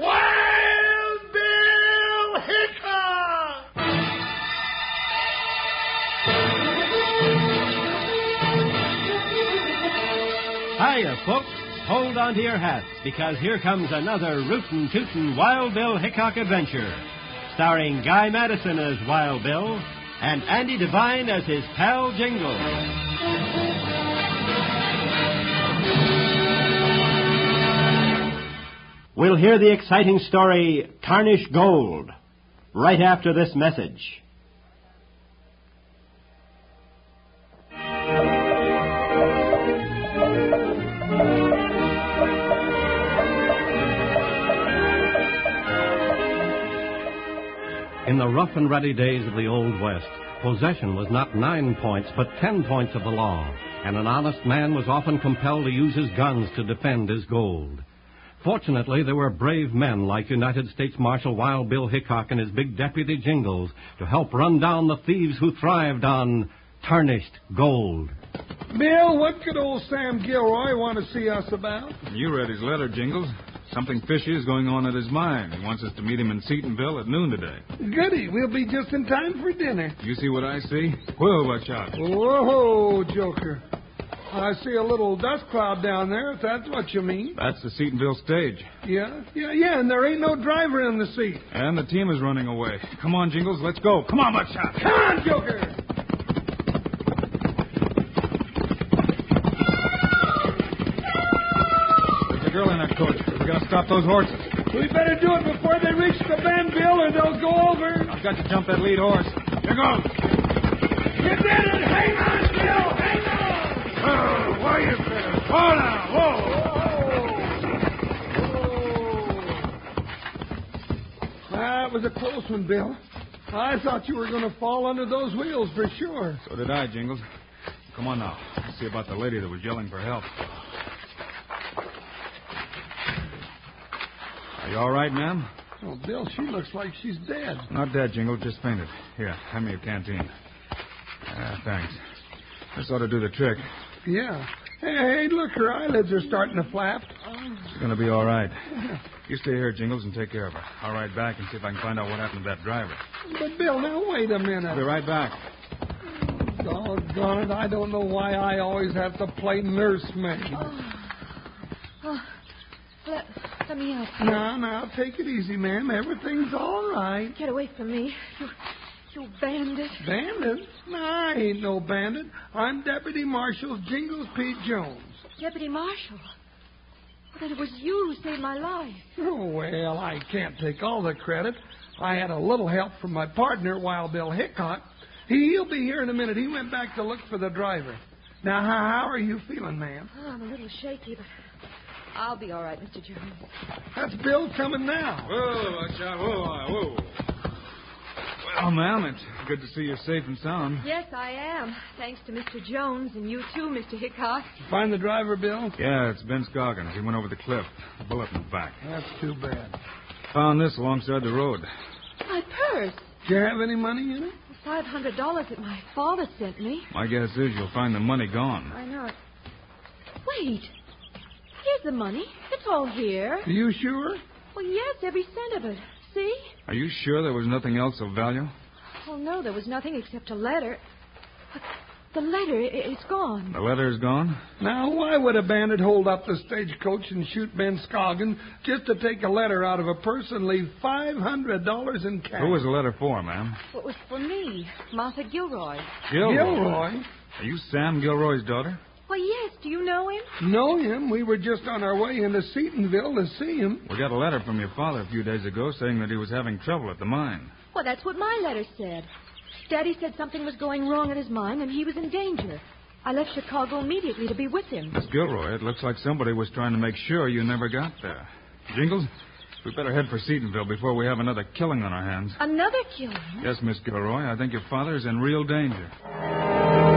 Wild Bill Hickok! Hiya, folks. Hold on to your hats, because here comes another rootin' tootin' Wild Bill Hickok adventure. Starring Guy Madison as Wild Bill and Andy Devine as his pal Jingle. We'll hear the exciting story Tarnish Gold right after this message. In the rough and ready days of the Old West, possession was not nine points, but ten points of the law, and an honest man was often compelled to use his guns to defend his gold. Fortunately, there were brave men like United States Marshal Wild Bill Hickok and his big deputy Jingles to help run down the thieves who thrived on tarnished gold. Bill, what could old Sam Gilroy want to see us about? You read his letter, Jingles. Something fishy is going on at his mine. He wants us to meet him in Seatonville at noon today. Goody, we'll be just in time for dinner. You see what I see? Well, watch out. Whoa, Joker. I see a little dust cloud down there, if that's what you mean. That's the Seatonville stage. Yeah, yeah, yeah, and there ain't no driver in the seat. And the team is running away. Come on, Jingles, let's go. Come on, Buckshot. Come on, Joker! There's a girl in that coach. We gotta stop those horses. We better do it before they reach the bend, Bill, or they'll go over. I've got to jump that lead horse. Here goes. Get in and hang on, Bill! Hang on! Oh, why you Hold That was a close one, Bill. I thought you were going to fall under those wheels for sure. So did I, Jingles. Come on now. Let's see about the lady that was yelling for help. Are you all right, ma'am? Oh, Bill, she looks like she's dead. Not dead, Jingles. Just fainted. Here, hand me your canteen. Ah, thanks. This ought to do the trick. Yeah. Hey, hey, look, her eyelids are starting to flap. She's gonna be all right. You stay here, Jingles, and take care of her. I'll ride back and see if I can find out what happened to that driver. But, Bill, now wait a I'll be minute. right back. Doggone it, I don't know why I always have to play nursemaid. Oh, Let, let me out. Now, now, take it easy, ma'am. Everything's all right. Get away from me. You, you bandit. Bandit? No, I ain't no bandit. I'm Deputy Marshal Jingles P. Jones. Deputy Marshal. Well, then it was you who saved my life. Oh, well, I can't take all the credit. I had a little help from my partner, Wild Bill Hickok. He, he'll be here in a minute. He went back to look for the driver. Now, how, how are you feeling, ma'am? Oh, I'm a little shaky, but I'll be all right, Mr. Jones. That's Bill coming now. Whoa, watch out. Whoa, whoa. Well, ma'am, it's good to see you're safe and sound. Yes, I am. Thanks to Mr. Jones and you too, Mr. Hickok. Find the driver, Bill? Yeah, it's Ben Scoggins. He went over the cliff. A bullet in the back. That's too bad. Found this alongside the road. My purse. Do you have any money in it? Five hundred dollars that my father sent me. My guess is you'll find the money gone. I know. it. Wait. Here's the money. It's all here. Are you sure? Well, yes, every cent of it. See? Are you sure there was nothing else of value? Oh, no, there was nothing except a letter. The letter, i- it's gone. The letter's gone? Now, why would a bandit hold up the stagecoach and shoot Ben Scoggin just to take a letter out of a purse and leave $500 in cash? Who was the letter for, ma'am? What was for me, Martha Gilroy. Gilroy. Gilroy. Are you Sam Gilroy's daughter? Why, yes, do you know him? Know him. We were just on our way into Seatonville to see him. We got a letter from your father a few days ago saying that he was having trouble at the mine. Well, that's what my letter said. Daddy said something was going wrong at his mine and he was in danger. I left Chicago immediately to be with him. Miss Gilroy, it looks like somebody was trying to make sure you never got there. Jingles, we better head for Seatonville before we have another killing on our hands. Another killing? Yes, Miss Gilroy, I think your father is in real danger.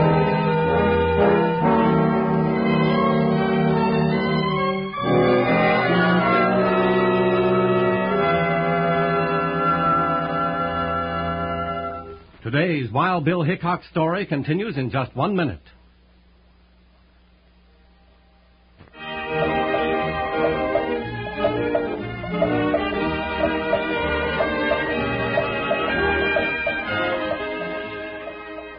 Today's Wild Bill Hickok story continues in just one minute.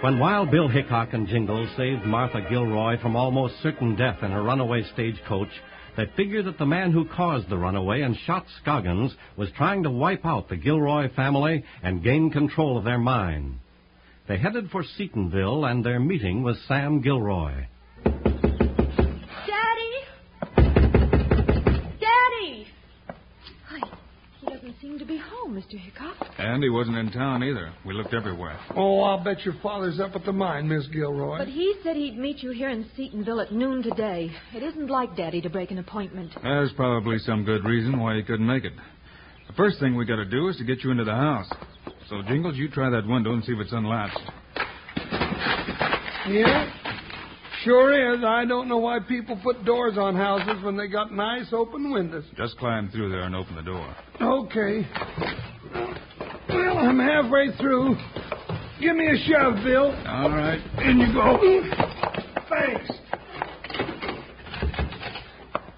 When Wild Bill Hickok and Jingles saved Martha Gilroy from almost certain death in a runaway stagecoach, they figured that the man who caused the runaway and shot Scoggins was trying to wipe out the Gilroy family and gain control of their mine. They headed for Seatonville, and their meeting was Sam Gilroy. Daddy! Daddy! Why, he doesn't seem to be home, Mr. Hickok. And he wasn't in town either. We looked everywhere. Oh, I'll bet your father's up at the mine, Miss Gilroy. But he said he'd meet you here in Seatonville at noon today. It isn't like Daddy to break an appointment. There's probably some good reason why he couldn't make it. The first thing we got to do is to get you into the house. So, Jingles, you try that window and see if it's unlatched. Yeah? Sure is. I don't know why people put doors on houses when they got nice open windows. Just climb through there and open the door. Okay. Well, I'm halfway through. Give me a shove, Bill. All right. In you go. Thanks.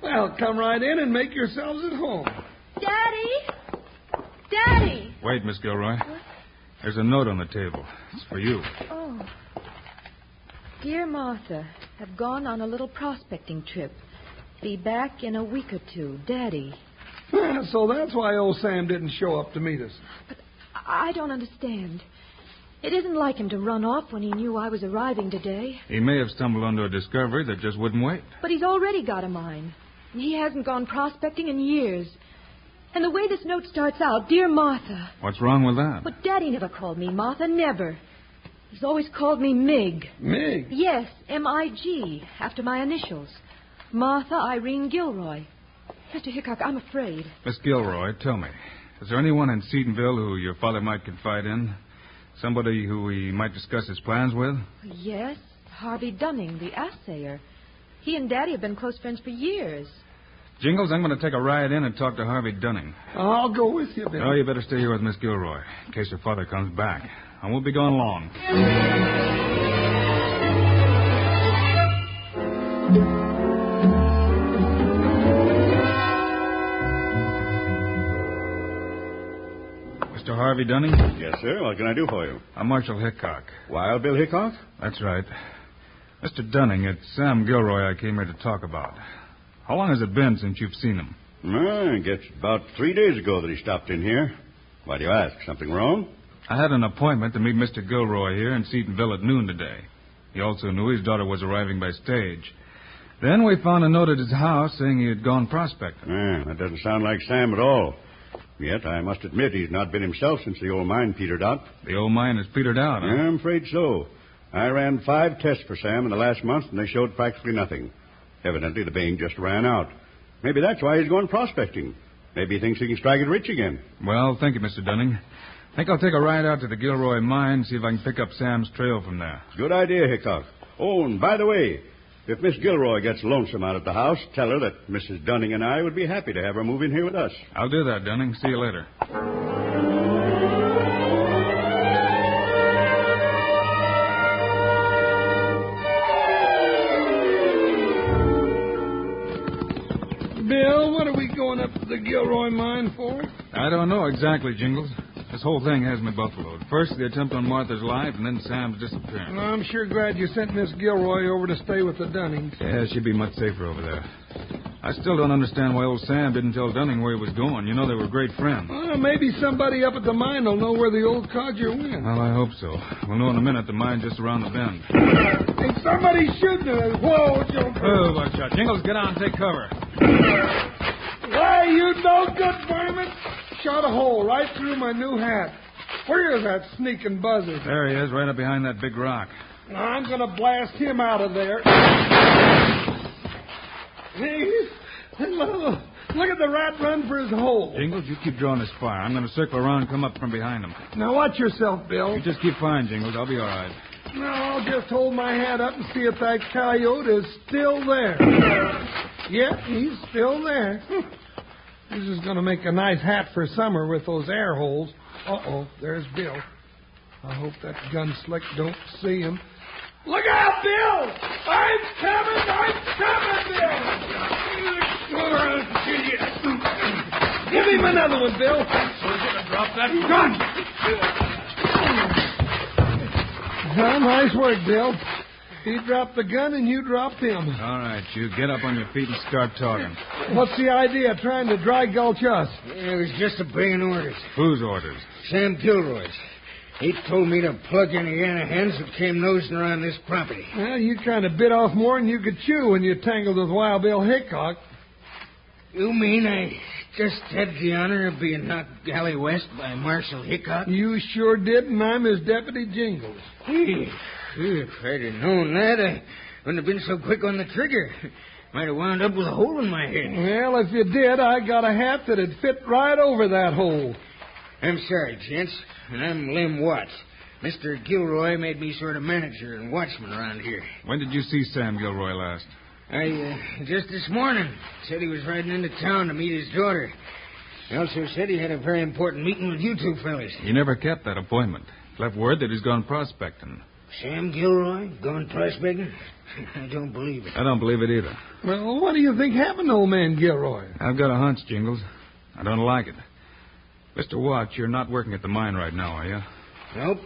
Well, come right in and make yourselves at home. Daddy! Daddy! Wait, Miss Gilroy. There's a note on the table. It's for you. Oh. Dear Martha, have gone on a little prospecting trip. Be back in a week or two. Daddy. Yeah, so that's why old Sam didn't show up to meet us. I I don't understand. It isn't like him to run off when he knew I was arriving today. He may have stumbled onto a discovery that just wouldn't wait. But he's already got a mine. And he hasn't gone prospecting in years. And the way this note starts out, Dear Martha. What's wrong with that? But Daddy never called me Martha, never. He's always called me Mig. Mig? Yes, M I G, after my initials. Martha Irene Gilroy. Mr. Hickok, I'm afraid. Miss Gilroy, tell me. Is there anyone in Seatonville who your father might confide in? Somebody who he might discuss his plans with? Yes, Harvey Dunning, the assayer. He and Daddy have been close friends for years. Jingles, I'm going to take a ride in and talk to Harvey Dunning. I'll go with you, Bill. Oh, you better stay here with Miss Gilroy in case your father comes back. I won't be gone long. Mr. Harvey Dunning, Yes, sir. What can I do for you? I'm Marshal Hickok. Wild Bill Hickok? That's right. Mr. Dunning, it's Sam Gilroy I came here to talk about. How long has it been since you've seen him? Ah, I guess about three days ago that he stopped in here. Why do you ask? Something wrong? I had an appointment to meet Mr. Gilroy here in Seatonville at noon today. He also knew his daughter was arriving by stage. Then we found a note at his house saying he had gone prospecting. Ah, that doesn't sound like Sam at all. Yet, I must admit he's not been himself since the old mine petered out. The old mine has petered out, huh? I'm afraid so. I ran five tests for Sam in the last month, and they showed practically nothing. Evidently, the vein just ran out. Maybe that's why he's going prospecting. Maybe he thinks he can strike it rich again. Well, thank you, Mr. Dunning. Think I'll take a ride out to the Gilroy mine, see if I can pick up Sam's trail from there. Good idea, Hickok. Oh, and by the way, if Miss Gilroy gets lonesome out at the house, tell her that Mrs. Dunning and I would be happy to have her move in here with us. I'll do that, Dunning. See you later. Bill, what are we going up to the Gilroy mine for? I don't know exactly, Jingles. This whole thing has me buffaloed. First, the attempt on Martha's life, and then Sam's disappearance. Well, I'm sure glad you sent Miss Gilroy over to stay with the Dunnings. Yeah, she'd be much safer over there. I still don't understand why old Sam didn't tell Dunning where he was going. You know they were great friends. Well, maybe somebody up at the mine will know where the old codger went. Well, I hope so. We'll know in a minute the mine just around the bend. Hey, somebody's shooting at us. Whoa, Joker. Oh, watch out. Jingles, get on, take cover. Why, you no good varmint. Shot a hole right through my new hat. Where is that sneaking buzzard? There he is, right up behind that big rock. Now, I'm going to blast him out of there. Hey, look, look at the rat run for his hole. Jingles, you keep drawing this fire. I'm going to circle around and come up from behind him. Now, watch yourself, Bill. You just keep firing, Jingles. I'll be all right. No, I'll just hold my hat up and see if that coyote is still there. Yep, he's still there. This is going to make a nice hat for summer with those air holes. Uh-oh, there's Bill. I hope that gun slick don't see him. Look out, Bill! I'm coming! I'm coming, Bill! Give him another one, Bill. drop that gun. Well, nice work, Bill. He dropped the gun and you dropped him. All right, you get up on your feet and start talking. What's the idea of trying to dry gulch us? It was just obeying orders. Whose orders? Sam Gilroy's. He told me to plug any Anahans that came nosing around this property. Well, you kind of bit off more than you could chew when you tangled with Wild Bill Hickok. You mean I just had the honor of being knocked galley west by Marshal Hickok? You sure did, and I'm his deputy Jingles. Gee, If I'd have known that, I wouldn't have been so quick on the trigger. Might have wound up with a hole in my head. Well, if you did, I got a hat that'd fit right over that hole. I'm sorry, gents, and I'm Lem Watts. Mr. Gilroy made me sort of manager and watchman around here. When did you see Sam Gilroy last? I uh, just this morning said he was riding into town to meet his daughter. He also said he had a very important meeting with you two fellas. He never kept that appointment. Left word that he's gone prospecting. Sam Gilroy gone prospecting? I don't believe it. I don't believe it either. Well, what do you think happened to old man Gilroy? I've got a hunch, Jingles. I don't like it. Mr. Watts, you're not working at the mine right now, are you? Nope.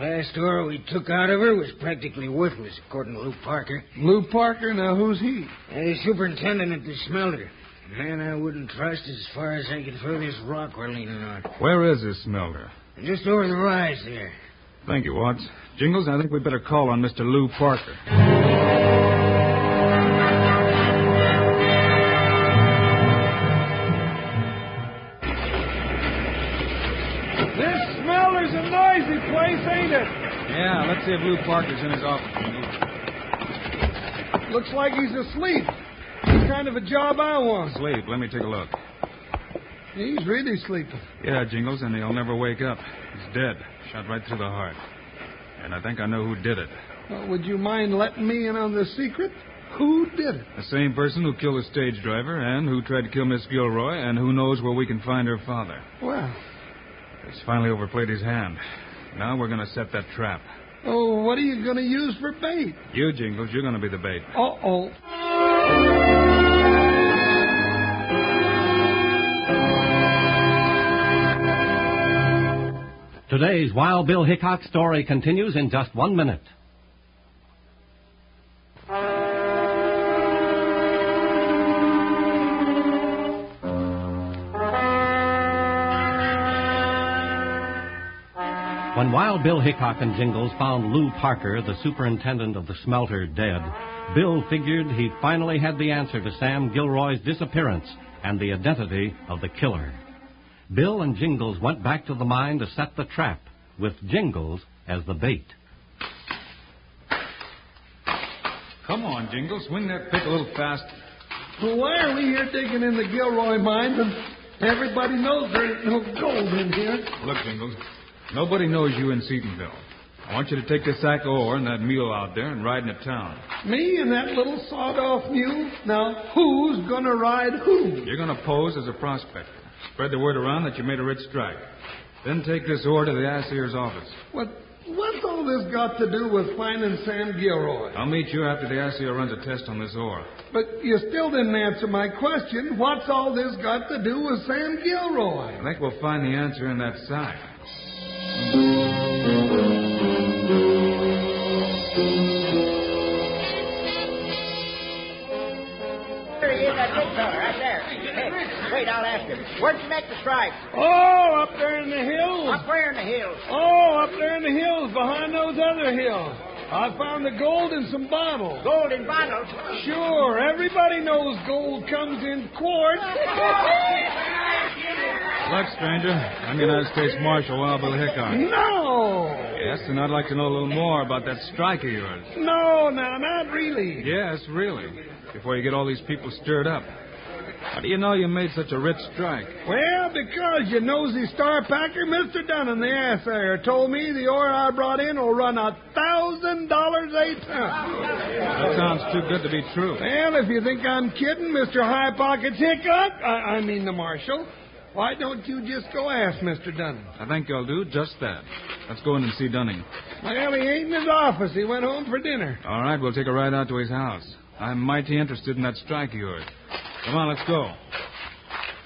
Last ore we took out of her was practically worthless, according to Luke Parker. Lou Parker, now who's he? And the superintendent at the smelter. A Man, I wouldn't trust as far as I can throw this rock we're leaning on. Where is this smelter? Just over the rise there. Thank you, Watts. Jingles, I think we'd better call on Mr. Lou Parker. This smelter's a noisy place, ain't it? Yeah, let's see if Lou Parker's in his office. Jingles. Looks like he's asleep. The kind of a job I want. Sleep. Let me take a look. He's really sleeping. Yeah, Jingles, and he'll never wake up. He's dead. Shot right through the heart. And I think I know who did it. Well, would you mind letting me in on the secret? Who did it? The same person who killed the stage driver and who tried to kill Miss Gilroy and who knows where we can find her father. Well, He's finally overplayed his hand. Now we're going to set that trap. oh, what are you going to use for bait? You, Jingles, you're going to be the bait. Uh-oh. Today's Wild Bill Hickok story continues in just one minute. When Wild Bill Hickok and Jingles found Lou Parker, the superintendent of the smelter, dead, Bill figured he finally had the answer to Sam Gilroy's disappearance and the identity of the killer. Bill and Jingles went back to the mine to set the trap, with Jingles as the bait. Come on, Jingles, swing that pick a little faster. Well, why are we here digging in the Gilroy mine when everybody knows there ain't no gold in here? Look, Jingles, nobody knows you in Seatonville. I want you to take this sack of ore and that mule out there and ride into town. Me and that little sawed-off mule? Now, who's going to ride who? You're going to pose as a prospector. Spread the word around that you made a rich strike. Then take this ore to the ass ear's office. What, What's all this got to do with finding Sam Gilroy? I'll meet you after the ICO runs a test on this ore. But you still didn't answer my question. What's all this got to do with Sam Gilroy? I think we'll find the answer in that sack. There he is, that big fella, right there. Hey, wait, I'll ask him. Where'd you make the strike? Oh, up there in the hills. Up where in the hills? Oh, up there in the hills, behind those other hills. I found the gold in some bottles. Gold in bottles. Sure, everybody knows gold comes in quarts. Look, stranger, I'm United States Marshal Wild Bill Hickok. no! Yes, and I'd like to know a little more about that strike of yours. No, now, not really. Yes, really. Before you get all these people stirred up. How do you know you made such a rich strike? Well, because you nosy star packer, Mr. Dunham, the ass there, told me the ore I brought in will run a thousand dollars a ton. That sounds too good to be true. Well, if you think I'm kidding, Mr. High Pockets Hickok, I, I mean the marshal, why don't you just go ask Mr. Dunham? I think I'll do just that. Let's go in and see Dunning. Well, he ain't in his office. He went home for dinner. All right, we'll take a ride out to his house. I'm mighty interested in that strike of yours. Come on, let's go.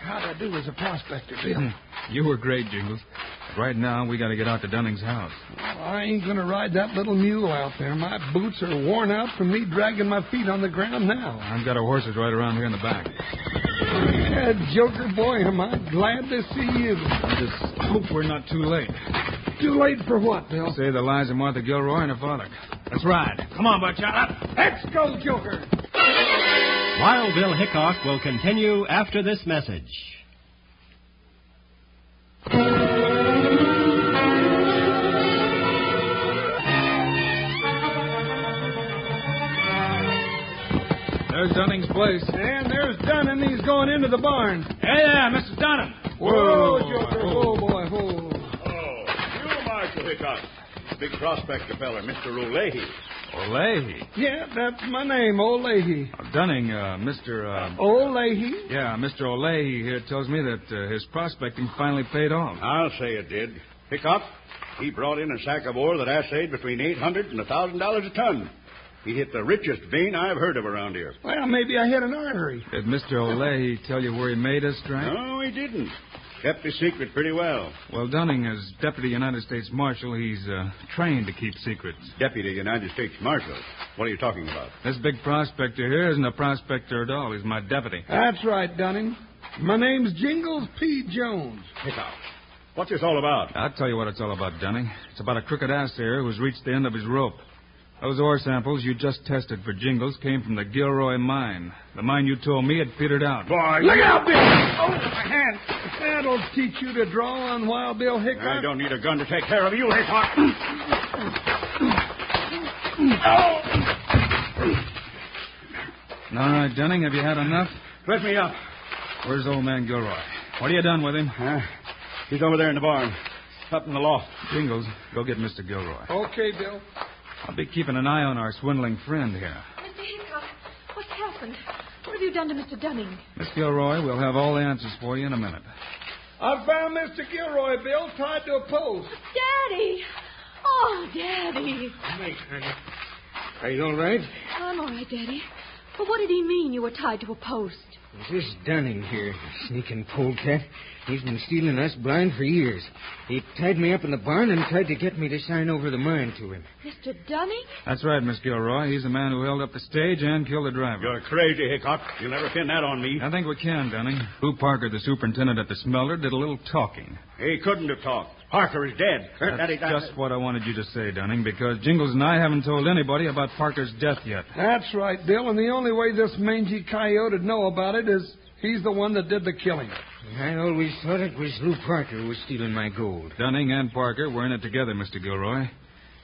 How'd I do as a prospector, Bill? Hmm. You were great, Jingles. But Right now, we got to get out to Dunning's house. I ain't gonna ride that little mule out there. My boots are worn out from me dragging my feet on the ground now. I've got our horses right around here in the back. Yeah, Joker boy, am I glad to see you. I just hope we're not too late. Too late for what, Bill? Say the lies of Martha Gilroy and her father. Let's ride. Come on, Butch. Let's go, Joker. Wild Bill Hickok will continue after this message. There's Dunning's place. And there's Dunham. He's going into the barn. Hey there, Mr. Dunham. Whoa, Joker. Whoa, boy. Whoa. Oh, you, Marshal Hickok. Big prospector feller, Mr. O'Leahy. Olay. Yeah, that's my name, O'Leahy. Uh, Dunning, uh, Mr. Uh, O'Leahy? yeah, Mr. Olay here tells me that uh, his prospecting finally paid off. I'll say it did. Hickok, he brought in a sack of ore that assayed between eight hundred and a thousand dollars a ton. He hit the richest vein I've heard of around here. Well, maybe I hit an artery. Did Mr. Olay tell you where he made his strike? No, he didn't. Kept his secret pretty well. Well, Dunning, as Deputy United States Marshal, he's uh, trained to keep secrets. Deputy United States Marshal. What are you talking about? This big prospector here isn't a prospector at all. He's my deputy. That's right, Dunham. My name's Jingles P. Jones. Hickok, what's this all about? I'll tell you what it's all about, Dunning. It's about a crooked ass here who's reached the end of his rope. Those ore samples you just tested for jingles came from the Gilroy mine. The mine you told me had petered out. Boy, Look out, Bill! Oh, my hand. That'll teach you to draw on Wild Bill Hickok. I don't need a gun to take care of you, Hickok. All right, Dunning, have you had enough? Let me up. Where's old man Gilroy? What have you done with him? Huh? he's over there in the barn, up in the loft. Oh. Jingles, go get Mr. Gilroy. Okay, Bill. I'll be keeping an eye on our swindling friend here. Mr. Hickok, what's happened? What have you done to Mr. Dunning? Miss Gilroy, we'll have all the answers for you in a minute. I found Mr. Gilroy, Bill, tied to a post. Daddy! Oh, Daddy! Thanks, honey. Are you all right? I'm all right, Daddy. But what did he mean you were tied to a post? This Dunning here, sneaking polecat. He's been stealing us blind for years. He tied me up in the barn and tried to get me to sign over the mine to him. Mr. Dunning? That's right, Miss Gilroy. He's the man who held up the stage and killed the driver. You're crazy, Hickok. You'll never pin that on me. I think we can, Dunning. Lou Parker, the superintendent at the smelter, did a little talking. He couldn't have talked. Parker is dead. That That's ain't- just what I wanted you to say, Dunning, because Jingles and I haven't told anybody about Parker's death yet. That's right, Bill, and the only way this mangy coyote'd know about it is he's the one that did the killing. I always thought it was Lou Parker who was stealing my gold. Dunning and Parker were in it together, Mr. Gilroy.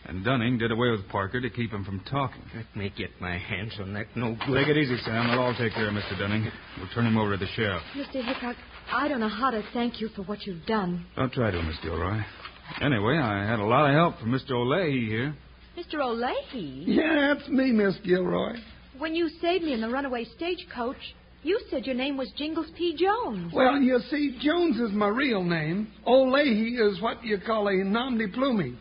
And Dunning did away with Parker to keep him from talking. Let me get my hands on that no Take good. it easy, Sam. We'll all take care of Mr. Dunning. We'll turn him over to the sheriff. Mr. Hickok, I don't know how to thank you for what you've done. Don't try to, Miss Gilroy. Anyway, I had a lot of help from Mr. O'Leary here. Mr. O'Leahy, Yeah, that's me, Miss Gilroy. when you saved me in the runaway stagecoach, you said your name was Jingles P. Jones. Well, you see, Jones is my real name. O'Leahy is what you call a nom de plume.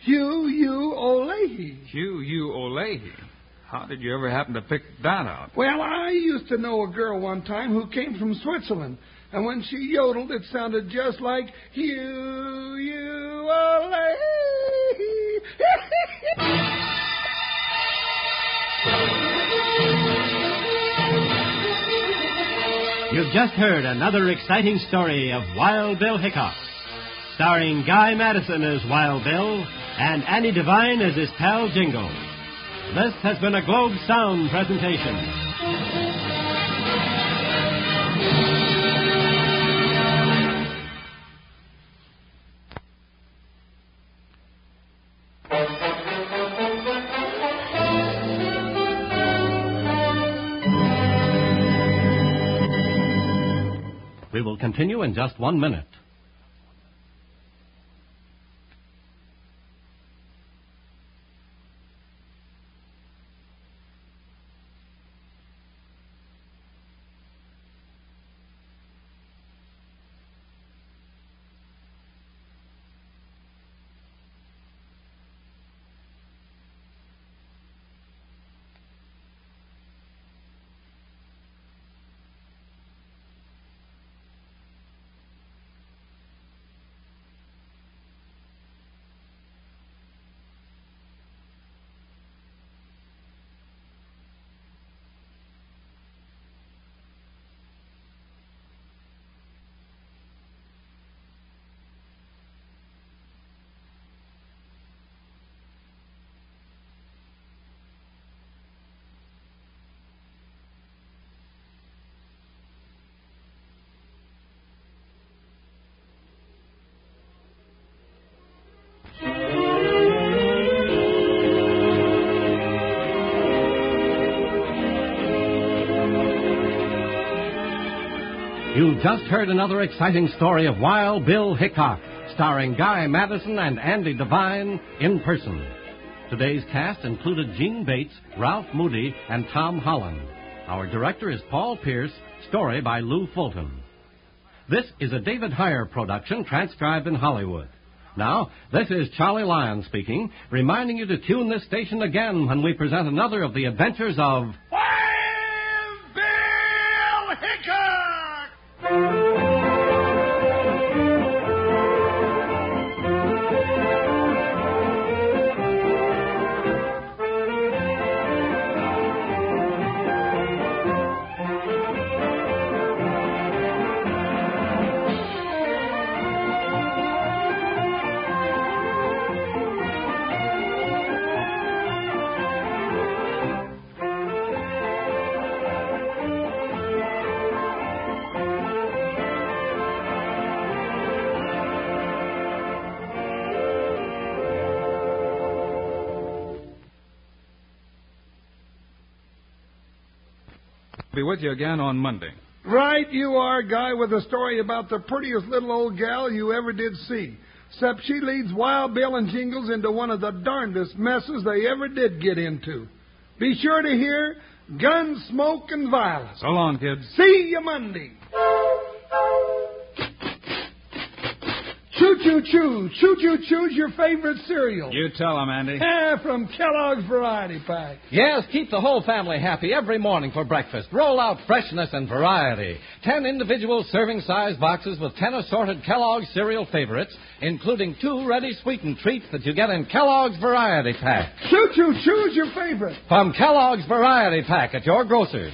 Hugh U. O'Leahy. Hugh U. O'Leahy. How did you ever happen to pick that out? Well, I used to know a girl one time who came from Switzerland, and when she yodeled, it sounded just like Hugh U. O'Leahy. You've just heard another exciting story of Wild Bill Hickok, starring Guy Madison as Wild Bill and Annie Devine as his pal Jingo. This has been a Globe Sound presentation. We will continue in just one minute. You just heard another exciting story of Wild Bill Hickok, starring Guy Madison and Andy Devine in person. Today's cast included Gene Bates, Ralph Moody, and Tom Holland. Our director is Paul Pierce, story by Lou Fulton. This is a David Heyer production transcribed in Hollywood. Now, this is Charlie Lyon speaking, reminding you to tune this station again when we present another of the adventures of Bill Hickok! Be with you again on Monday. Right, you are, guy, with a story about the prettiest little old gal you ever did see. Except she leads Wild Bill and Jingles into one of the darndest messes they ever did get into. Be sure to hear Gun, Smoke, and Violence. So long, kids. See you Monday. Choo choo choo. Choo choo choo's your favorite cereal. You tell them, Andy. Yeah, from Kellogg's Variety Pack. Yes, keep the whole family happy every morning for breakfast. Roll out freshness and variety. Ten individual serving size boxes with ten assorted Kellogg's cereal favorites, including two ready sweetened treats that you get in Kellogg's Variety Pack. Choo choo choo's your favorite. From Kellogg's Variety Pack at your grocer's.